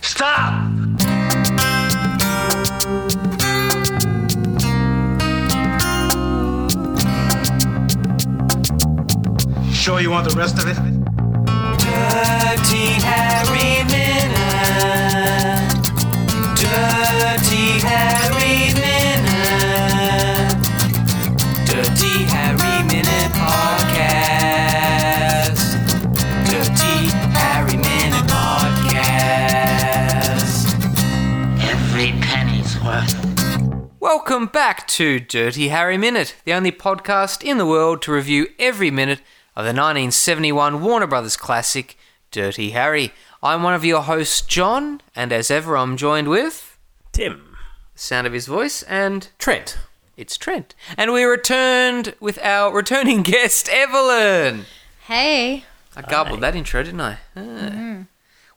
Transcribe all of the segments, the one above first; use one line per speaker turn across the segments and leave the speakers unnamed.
Stop! Sure you want the rest of it?
Dirty Harry Minute. Dirty Harry Minute. Dirty Harry Minute Podcast. Dirty Harry Minute Podcast.
Every penny's worth.
Welcome back to Dirty Harry Minute, the only podcast in the world to review every minute of the 1971 Warner Brothers classic, Dirty Harry. I'm one of your hosts, John, and as ever, I'm joined with
Tim.
the sound of his voice, and
Trent.
it's Trent. And we returned with our returning guest, Evelyn.
Hey.
I garbled that intro, didn't I? Ah.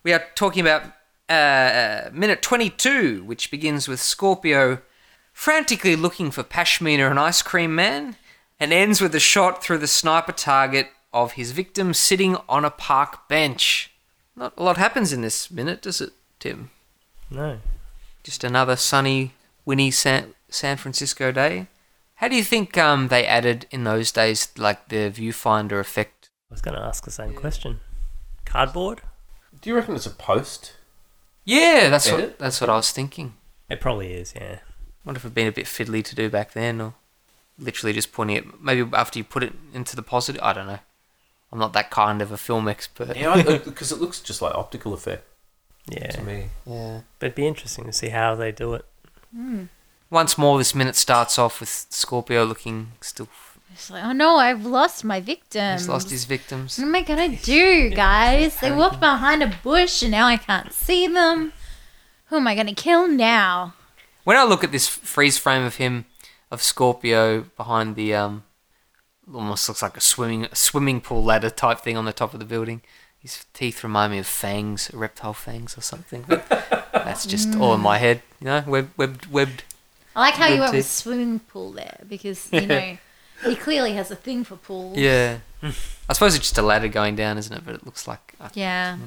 We are talking about uh, minute 22, which begins with Scorpio frantically looking for Pashmina and Ice Cream Man and ends with a shot through the sniper target of his victim sitting on a park bench. Not a lot happens in this minute, does it, Tim?
No.
Just another sunny, windy San, San Francisco day. How do you think um, they added in those days, like the viewfinder effect?
I was going to ask the same question. Cardboard?
Do you reckon it's a post?
Yeah, that's what
Edit?
that's what I was thinking.
It probably is, yeah.
wonder if it'd been a bit fiddly to do back then, or literally just pointing it. Maybe after you put it into the positive, I don't know. I'm not that kind of a film expert.
Yeah, because it looks just like optical effect to
Yeah.
me.
Yeah.
But it'd be interesting to see how they do it.
Once more, this minute starts off with Scorpio looking still.
It's like, oh no, I've lost my victim.
He's lost his victims.
What am I gonna do, guys? They walked behind a bush and now I can't see them. Who am I gonna kill now?
When I look at this freeze frame of him, of Scorpio behind the um, almost looks like a swimming a swimming pool ladder type thing on the top of the building. His teeth remind me of fangs, reptile fangs or something. But that's just all in my head, you know. Web, webbed, webbed.
I like how
Good
you went with
tip.
swimming pool there because you know he clearly has a thing for pools.
Yeah. I suppose it's just a ladder going down, isn't it? But it looks like.
Yeah.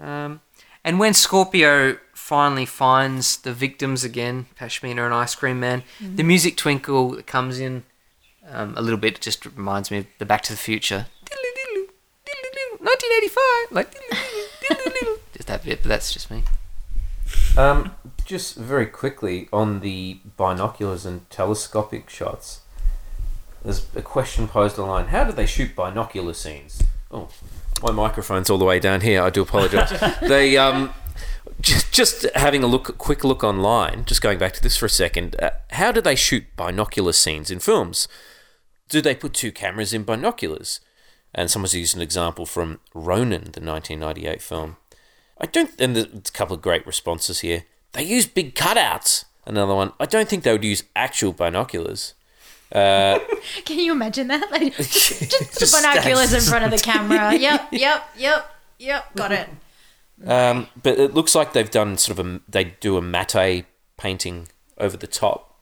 Um, and when Scorpio finally finds the victims again, Pashmina and Ice Cream Man, the music twinkle that comes in um, a little bit just reminds me of the Back to the Future. 1985, like just that bit, but that's just me.
Um, just very quickly on the binoculars and telescopic shots. There's a question posed online: How do they shoot binocular scenes? Oh, my microphone's all the way down here. I do apologise. they um, just, just having a look, quick look online. Just going back to this for a second. Uh, how do they shoot binocular scenes in films? Do they put two cameras in binoculars? And someone's used an example from Ronin, the 1998 film. I don't. And there's a couple of great responses here. They use big cutouts. Another one. I don't think they would use actual binoculars.
Can you imagine that? Like, just, just
Just
the binoculars in
stabs.
front of the camera. yep, yep, yep, yep. Got it.
Um, but it looks like they've done sort of a. They do a matte painting over the top.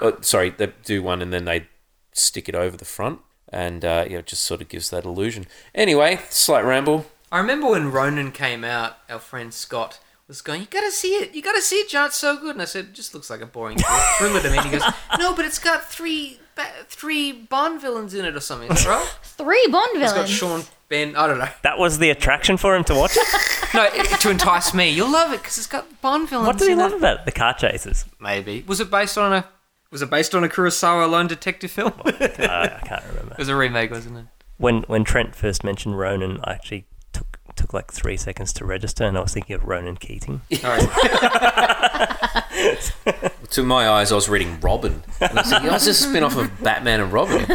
Uh, sorry, they do one and then they stick it over the front, and uh, yeah, it just sort of gives that illusion. Anyway, slight ramble.
I remember when Ronan came out, our friend Scott was going, "You gotta see it, you gotta see it, John. It's so good." And I said, it "Just looks like a boring thriller to me." And he goes, "No, but it's got three ba- three Bond villains in it or something, right?
Three Bond
It's got
villains.
Sean Ben. I don't know.
That was the attraction for him to watch it?
No, it- to entice me, you'll love it because it's got Bond
Oh,
villains.
what did he
in
love
It.
about it? The car chases.
Maybe was it based on a was it based on a Kurosawa alone detective film? it
I, I can't remember.
was a remake, wasn't it?
When when Trent first mentioned Ronan, I actually took took like three seconds to register and I was thinking of Ronan Keating.
To my eyes, I was reading Robin. And I was thinking, oh, it's just a spin off of Batman and Robin.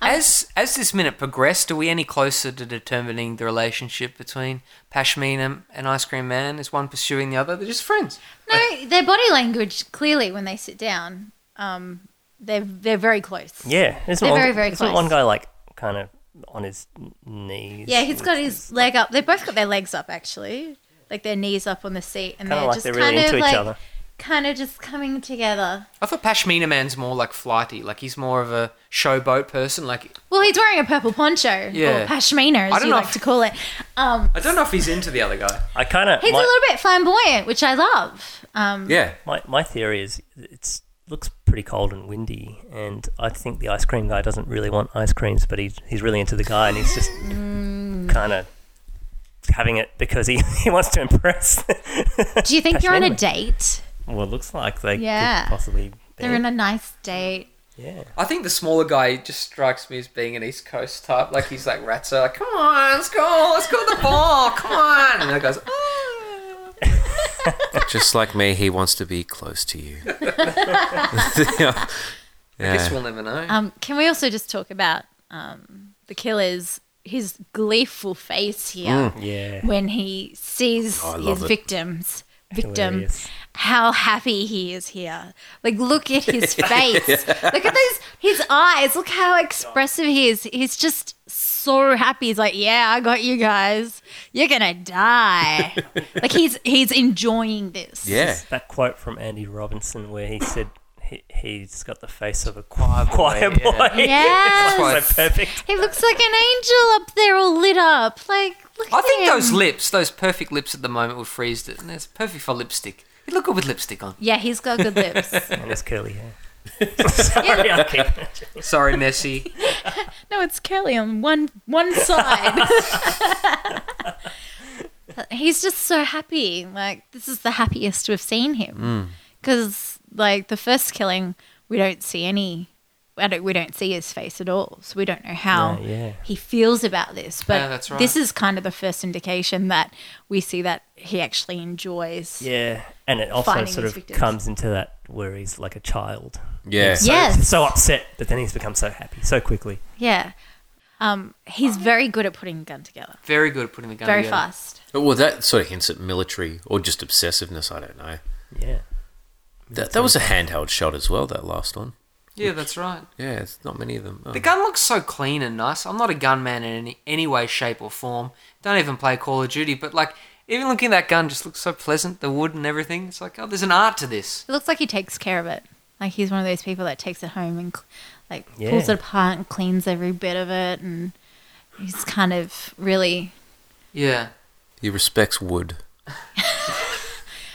As as this minute progressed, are we any closer to determining the relationship between Pashmina and Ice Cream Man? Is one pursuing the other? They're just friends.
No, their body language clearly when they sit down, um, they're they're very close.
Yeah. Isn't
They're
one,
very, very
isn't
close.
one guy like kind of on his n- knees?
Yeah, he's got his leg up. They both got their legs up actually, like their knees up on the seat, and
kind
they're
of like
just
they're
kind
really
of
into
like
each other.
kind of just coming together.
I thought Pashmina Man's more like flighty, like he's more of a showboat person. Like
Well, he's wearing a purple poncho,
Yeah.
or pashmina,
I
as
don't
you
know
like
if-
to call it. Um,
I don't know if he's into the other guy.
I kind of
he's
my,
a little bit flamboyant, which I love. Um,
Yeah.
my my theory is it's looks pretty cold and windy, and I think the ice cream guy doesn't really want ice creams, but he's he's really into the guy, and he's just
Mm.
kind of having it because he, he wants to impress.
Do you think you're on a
Pashmina.
date?
well, it looks like they
Yeah.
could possibly. Be.
They're on a nice date.
yeah.
I think the smaller guy just strikes me as being an East Coast type. Like he's like Ratso, like come on, let's go, let's go to the ball, come on. And the guy's "Ah."
Just like me, he wants to be close to you. yeah.
I guess we'll never know.
Um, can we also just talk about um, the killer's his gleeful face here
Yeah.
when he sees
Oh,
I love
his
it.
victims? Victim,
Hilarious.
how happy he is here! Like, look at his face. Look at those his eyes. Look how expressive he is. He's just so happy. He's like, "Yeah, I got you guys. You're gonna die." like he's he's enjoying this.
Yeah.
That quote from Andy Robinson where he said he, he's got the face of a choir boy. Choir boy.
Yes.
so perfect.
He looks like an angel up there, all lit up. Like, look
I
at
think
him.
those lips, those perfect lips at the moment, would freeze it. And it's perfect for lipstick. You look good with lipstick on.
Yeah, he's got good lips.
And his curly hair. Sorry, I'll keep
Sorry, Messi.
no, it's curly on one one side. he's just so happy. Like, this is the happiest we've seen
Mm.
him. Because, like, the first killing, we don't see any. I don't, we don't see his face at all, so we don't know how
No, yeah.
he feels about this. But
Yeah, that's right.
this is kind of the first indication that we see that he actually enjoys.
Yeah, and it also
Finding
sort
his
of
victims.
comes into that where he's like a child,
Yeah.
so,
Yes.
so upset, but then he's become so happy so quickly.
Yeah. Um, he's very good at putting a gun together.
Very good at putting the gun
Very
together.
fast.
Well, that sort of hints at military or just obsessiveness. I don't know.
Yeah,
That, that was a handheld shot as well. That last one.
Yeah, that's right.
Yeah, it's not many of them. Oh.
The gun looks so clean and nice. I'm not a gunman in any, any way, shape, or form. Don't even play Call of Duty, but like, even looking at that gun just looks so pleasant. The wood and everything. It's like, oh, there's an art to this.
It looks like he takes care of it. Like he's one of those people that takes it home and cl- like
Yeah.
pulls it apart and cleans every bit of it, and he's kind of really
Yeah.
He respects wood.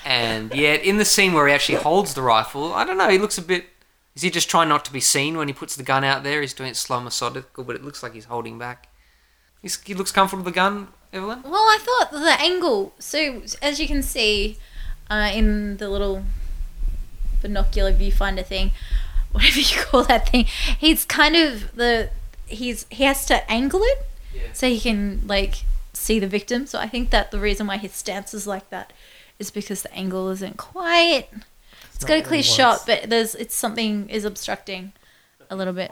And yet, in the scene where he actually holds the rifle, I don't know. He looks a bit. Is he just trying not to be seen when he puts the gun out there? He's doing it slow methodical, but it looks like he's holding back. He's, he looks comfortable with the gun, Evelyn.
well. I thought the angle. So as you can see uh, in the little binocular viewfinder thing, whatever you call that thing, he's kind of the he's he has to angle it
Yeah.
so he can like see the victim. So I think that the reason why his stance is like that is because the angle isn't quite. It's got a
not
clear
what he
shot,
wants.
but there's it's something is obstructing a little bit.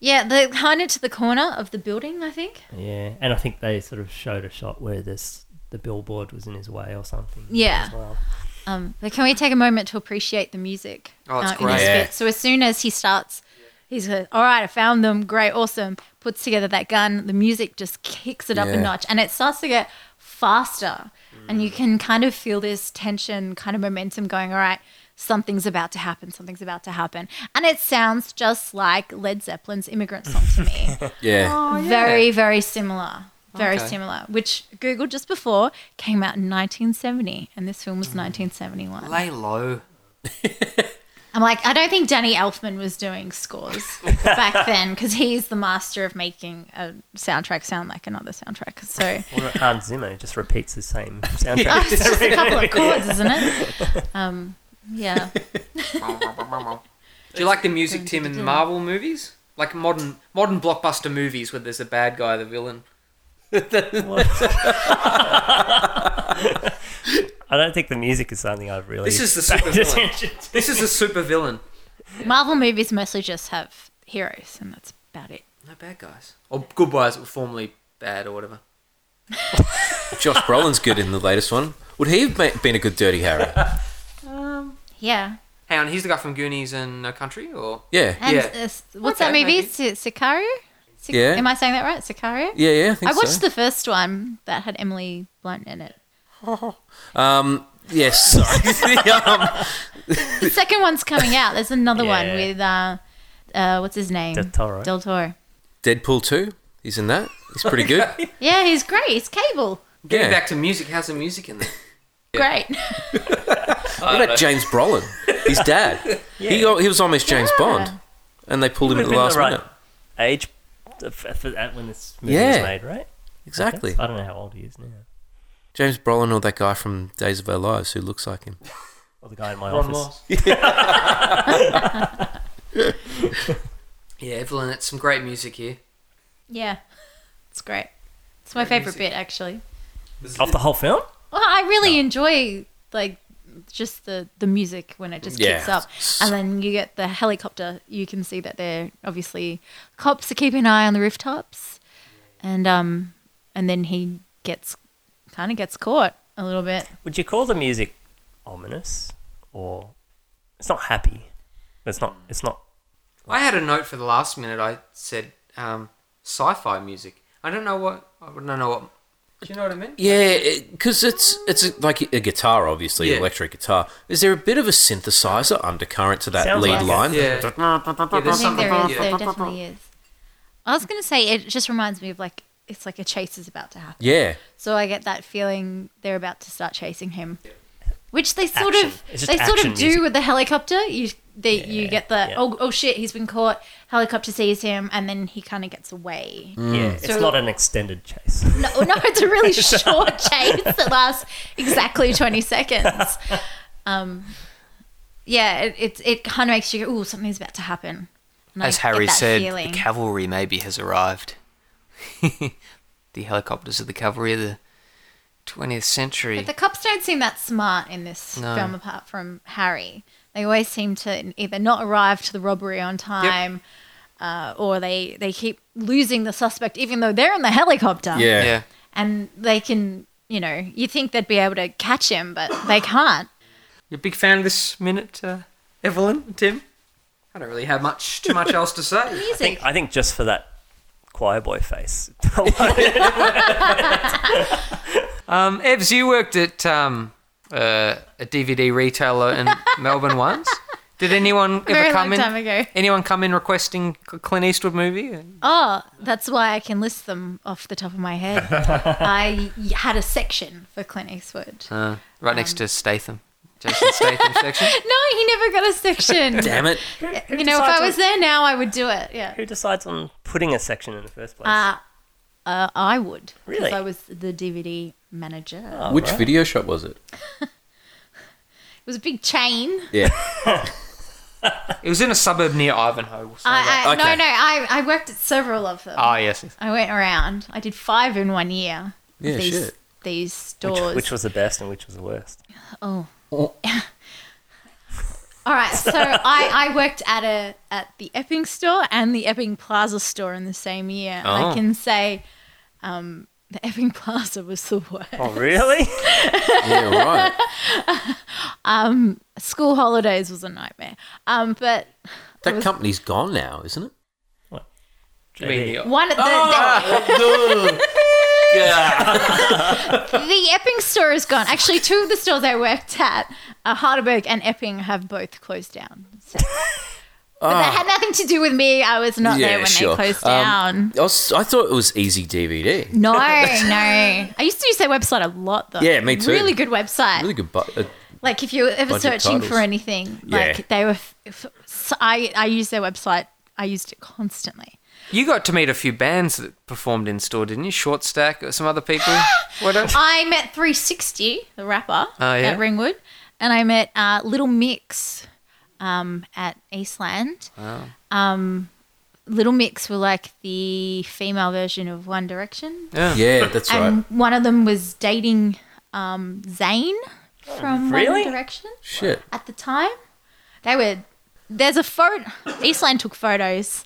Yeah, they're kind of to the corner of the building, I think.
yeah, and I think they sort of showed a shot where this the billboard was in his way or something.
Yeah.
as well.
Um, but can we take a moment to appreciate the music? uh,
Oh, it's
in this
great.
Yeah.
bit? So as soon as he starts, he's like, "All right, I found them. Great, awesome." Puts together that gun. The music just kicks it up a
Yeah.
notch, and it starts to get faster. And
Mm.
you can kind of feel this tension, kind of momentum going. All right, something's about to happen. Something's about to happen, and it sounds just like Led Zeppelin's "Immigrant Song" to me.
Yeah.
Very, very similar. Very
Oh, Okay.
similar. Which Google just before came out in 1970, and this
Mm.
film was 1971.
Lay low.
I'm like, I don't think Danny Elfman was doing scores back then because he's the master of making a soundtrack sound like another soundtrack. So
Well, Hans Zimmer just repeats the same soundtrack.
Oh, it's just a couple of chords, isn't it? Um, yeah.
Do you like the music, Tim, in Marvel movies? Like modern modern blockbuster movies where there's a bad guy, the villain.
I don't think the music is something I've really.
This is the
paid
super villain.
attention to.
This is a super villain.
Marvel movies mostly just have heroes, and that's about it.
No bad guys. Or good guys that were formerly bad or whatever. Oh.
Josh Brolin's good in the latest one. Would he have ma- been a good Dirty Harry?
Yeah.
Hang on, he's the guy from Goonies and No Country, or
Yeah.
And
Yeah.
uh, s- what's
Okay,
that movie?
maybe.
Si- Sicario? Sic-
Yeah.
Am I saying that right? Sicario?
Yeah, yeah, I think
I watched
so.
the first one that had Emily Blunt in it.
um,
Yes, sorry. um,
The second one's coming out. There's another
Yeah.
one with uh, uh, what's his name?
Del Toro.
Del Toro.
Deadpool 2, he's in that. He's pretty good.
Yeah, he's great. He's Cable.
Yeah.
Getting back to music, how's the music in there?
Great.
What about James Brolin? His dad. He, got, he was almost James
Yeah.
Bond, and they pulled him at
Would've
the
been
last
the right
minute.
age for, for that when this movie
Yeah.
was made, right?
Exactly.
I don't know how old he is now.
James Brolin or that guy from Days of Our Lives who looks like him.
Or the guy in my
Ron
office.
Moss. yeah, Evelyn, it's some great music here.
Yeah, it's great. It's my favorite bit actually.
Off the whole film?
Well, I really enjoy like just the the music when it just
Yeah.
kicks up, and then you get the helicopter. You can see that they're obviously cops are keeping an eye on the rooftops, and um, and then he gets kind of gets caught a little bit.
Would you call the music ominous or it's not happy? It's not. It's not.
I had a note for the last minute. I said um, sci-fi music. I don't know what. I don't know what. Do you know what I mean?
Yeah, because it's it's like a guitar, obviously,
Yeah.
electric guitar. Is there a bit of a synthesizer undercurrent to that
Sounds
lead
like it.
line?
Yeah. yeah
I
there's
think
something.
there is.
yeah.
There definitely is. I was gonna say it just reminds me of like it's like a chase is about to happen.
Yeah.
So I get that feeling they're about to start chasing him, which they sort
Action.
of
It's just
they sort
action
of do
music.
with the helicopter. You they you get the
yeah.
oh oh shit he's been caught. Helicopter sees him and then he kind of gets away.
Yeah, it's
So-
not an extended chase.
No, no, it's a really short chase that lasts exactly twenty seconds. Um, yeah, it it, it kind of makes you go oh something's about to happen. And I
As
get
Harry
that
said,
feeling.
the cavalry maybe has arrived. the helicopters of the cavalry of the 20th century.
But the cops don't seem that smart in this
No.
film, apart from Harry. They always seem to either not arrive to the robbery on time, uh, or they they keep losing the suspect, even though they're in the helicopter.
Yeah.
yeah.
and they can, you know, you think they'd be able to catch him, but they can't.
You a big fan of this minute, uh, Evelyn, Tim? I don't really have much, too much else to say.
Music.
I think just for that choir boy face.
Um, Evs, you worked at um, uh, a DVD retailer in Melbourne once. Did anyone ever
Very
come
long
in?
time ago.
Anyone come in requesting a Clint Eastwood movie?
Oh, that's why I can list them off the top of my head. I had a section for Clint Eastwood.
Uh, right
Um.
next to Statham, Jason Statham section.
No, he never got a section.
Damn it.
You know, if I was there now, I would do it. Yeah.
Who decides on putting a section in the first place?
Uh, uh, I would.
Really?
Because I was the DVD manager.
Oh,
Which
right.
video shop was it?
It was a big chain.
Yeah.
It was in a suburb near Ivanhoe. we'll say that.
I, I,
Okay.
No, no, I, I worked at several of them.
Ah, yes. yes.
I went around. I did five in one year. of
Yeah,
these,
shit.
These
Which,
stores.
which was the best and which was the worst?
Oh. All right, so I, I worked at a at the Epping store and the Epping Plaza store in the same year.
Oh.
I can say, um, the Epping Plaza was the worst.
Oh, really?
Yeah, right.
School holidays was a nightmare. Um, but
That company's gone now, isn't it?
You mean the-
one of the,
Oh,
yeah.
the, the Epping store is gone. Actually, two of the stores I worked at, uh, Heidelberg and Epping, have both closed down. So- But that had nothing to do with me. I was not
Ah. Yeah,
there when
sure.
they closed
Um,
down.
I, was, I thought it was Easy DVD.
No, no. I used to use their website a lot though.
Yeah, me too.
Really good website.
Really good. But, uh,
like if you were ever
Bunch of
searching
titles.
for anything, like
Yeah.
they were. F- f- s- I I used their website. I used it constantly.
You got to meet a few bands that performed in store, didn't you? Short Stack or some other people? what else?
I met 360, the rapper,
Oh, yeah?
at Ringwood, and I met uh, Little Mix um, at Eastland. Um, Little Mix were like the female version of One Direction,
yeah, that's
and
right.
one of them was dating um, Zayn from
really?
One Direction.
Shit.
at the time. They were there's a photo. Eastland took photos.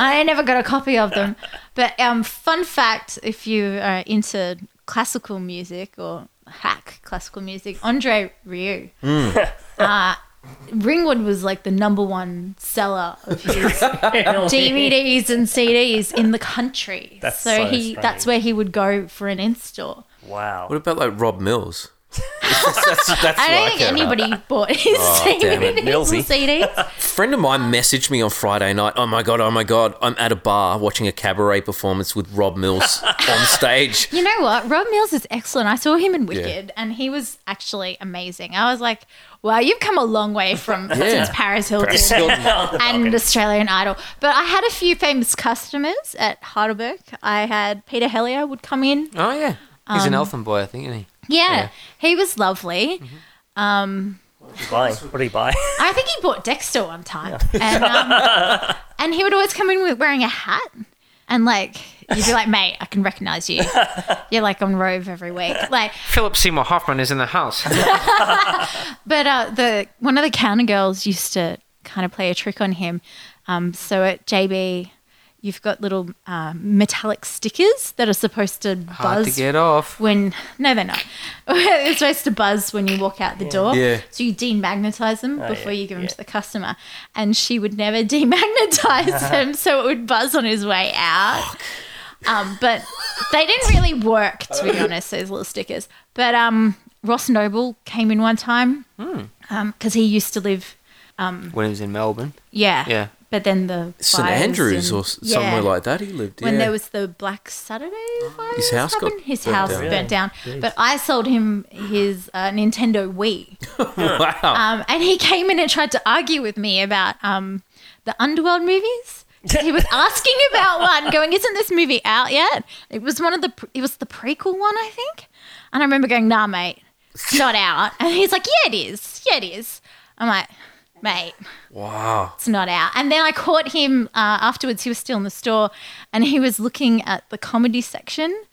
I never got a copy of them. But um, fun fact: if you are into classical music or hack classical music, Andre Rieu,
Hmm.
uh, Ringwood was like the number one seller of his DVDs and CDs in the country.
That's
so
so
he that's
strange.
where he would go for an in store.
Wow.
What about like Rob Mills? that's, that's
I
what
don't think
care about. Oh,
anybody bought his
damn it,
CD.
Millsy.
CD.
friend of mine messaged me on Friday night. Oh my god! Oh my god! I'm at a bar watching a cabaret performance with Rob Mills on stage.
You know what? Rob Mills is excellent. I saw him in Wicked, and he was actually amazing. I was like, "Wow, you've come a long way from since Paris Hilton and Australian Idol." But I had a few famous customers at Heidelberg. I had Peter Hellier would come in.
Oh yeah, he's
Um.
an elfin boy, I think, isn't he?
Yeah, he was lovely.
Buying. What do you buy?
I think he bought Dexter one time, and um, and he would always come in with wearing a hat, and like you'd be like, "Mate, I can recognize you. You're like on Rove every week." Like
Philip Seymour Hoffman is in the house.
But uh, the one of the counter girls used to kind of play a trick on him. Um, so at JB, you've got little um, metallic stickers that are supposed to
Hard
buzz
to get off.
when no, they're not. they're supposed to buzz when you walk out the door.
Yeah.
So you demagnetize them before
Oh, yeah,
you give them
yeah.
to the customer, and she would never demagnetize them, so it would buzz on his way out. Um, but they didn't really work, to be honest, those little stickers. But um, Ross Noble came in one time
Hmm.
because he used to live,
When he was in Melbourne.
yeah,
Yeah.
But then the
St
fires
Andrews
and-
or s- somewhere
yeah
like that. He lived
when
yeah.
there was the Black Saturday virus.
His house got
happened. his
burnt
house
down.
burnt down. But I sold him his uh, Nintendo Wii,
wow.
um, and he came in and tried to argue with me about um, the Underworld movies. 'Cause He was asking about one, going, "Isn't this movie out yet?" It was one of the, pre- it was the prequel one, I think. And I remember going, "Nah, mate, it's not out." And he's like, "Yeah, it is. Yeah, it is." I'm like, "Mate."
wow.
it's not out. And then I caught him uh, afterwards. He was still in the store, and he was looking at the comedy section.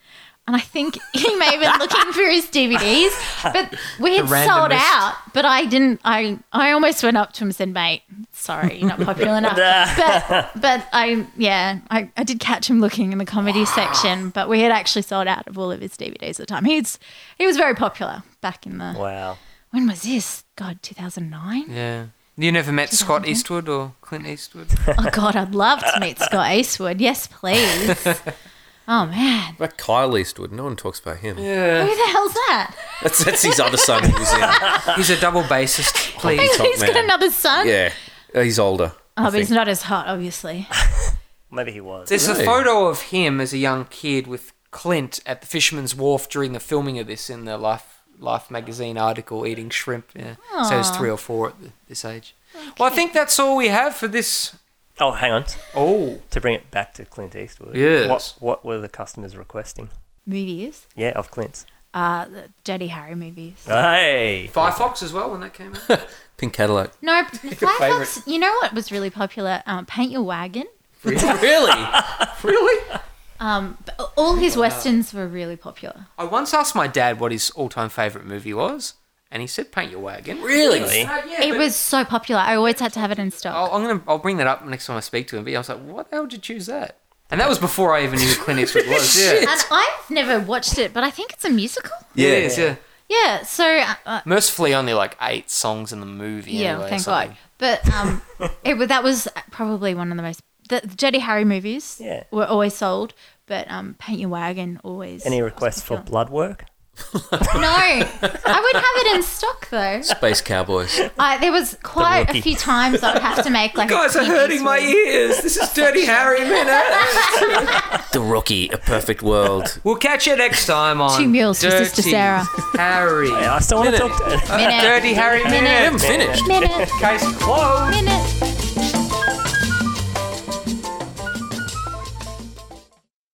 And I think he may have been looking for his DVDs, but we had
randomest.
sold out. But I didn't. I I almost went up to him and said, "Mate, sorry, you're not popular enough." but but I yeah, I, I did catch him looking in the comedy section. But we had actually sold out of all of his DVDs at the time. He's he was very popular back in the
Wow.
when was this? God, two thousand nine.
Yeah. You never met Scott Eastwood or Clint Eastwood?
Oh God, I'd love to meet Scott Eastwood. Yes, please. Oh man,
What about Kyle Eastwood? No one talks about him.
who
Yeah.
the hell's that?
That's that's his other son who was in.
He's a double bassist, please.
He's
top
got
man.
another son.
Yeah, Uh, he's older. I
Oh, but he's
think.
not as hot, obviously.
Maybe he was.
There's
Really?
a photo of him as a young kid with Clint at the Fisherman's Wharf during the filming of this in the Life Life magazine article eating shrimp. Yeah. So he's three or four at th- this age. Well, I think that's all we have for this.
Oh, hang on.
Oh,
To bring it back to Clint Eastwood.
Yes.
What, what were the customers requesting?
Movies,
Yeah, of Clint's.
uh, the Dirty Harry movies.
Hey.
Firefox as well when that came out.
Pink Cadillac.
No, Firefox. You know what was really popular? Um, Paint Your Wagon.
really?
really?
Um, but all his westerns were really popular.
I once asked my dad what his all-time favorite movie was, and he said "Paint Your Wagon."
Really?
Uh, yeah,
It
but-
was so popular. I always had to have it in
Oh.
stock.
I'll, I'm gonna. I'll bring that up next time I speak to him. But I was like, "What the hell did you choose that?" And that was before I even knew Clint Eastwood was. Yeah.
And I've never watched it, but I think it's a musical.
yeah, it is. Yeah.
Yeah. So uh, uh,
Mercifully, only like eight songs in the movie.
Yeah,
anyway, or
thank
something.
God. But um, it, wa- that was probably one of the most. The, the Dirty Harry movies
Yeah.
were always sold, but um, Paint Your Wagon always.
Any requests for blood work?
No, I would have it in stock though.
Space Cowboys.
I, there was quite
rookie.
a few times I would have to make like. a
guys are
Clint
hurting my
Eastwood-
ears. This is Dirty Harry Minute.
the Rookie. A Perfect World.
We'll catch you next time on
Two mules for
Dirty
Sister Sarah.
Harry.
Yeah, I still want to talk to
Minute,
Dirty Harry Minute.
Finished.
minute,
Case closed.
minute.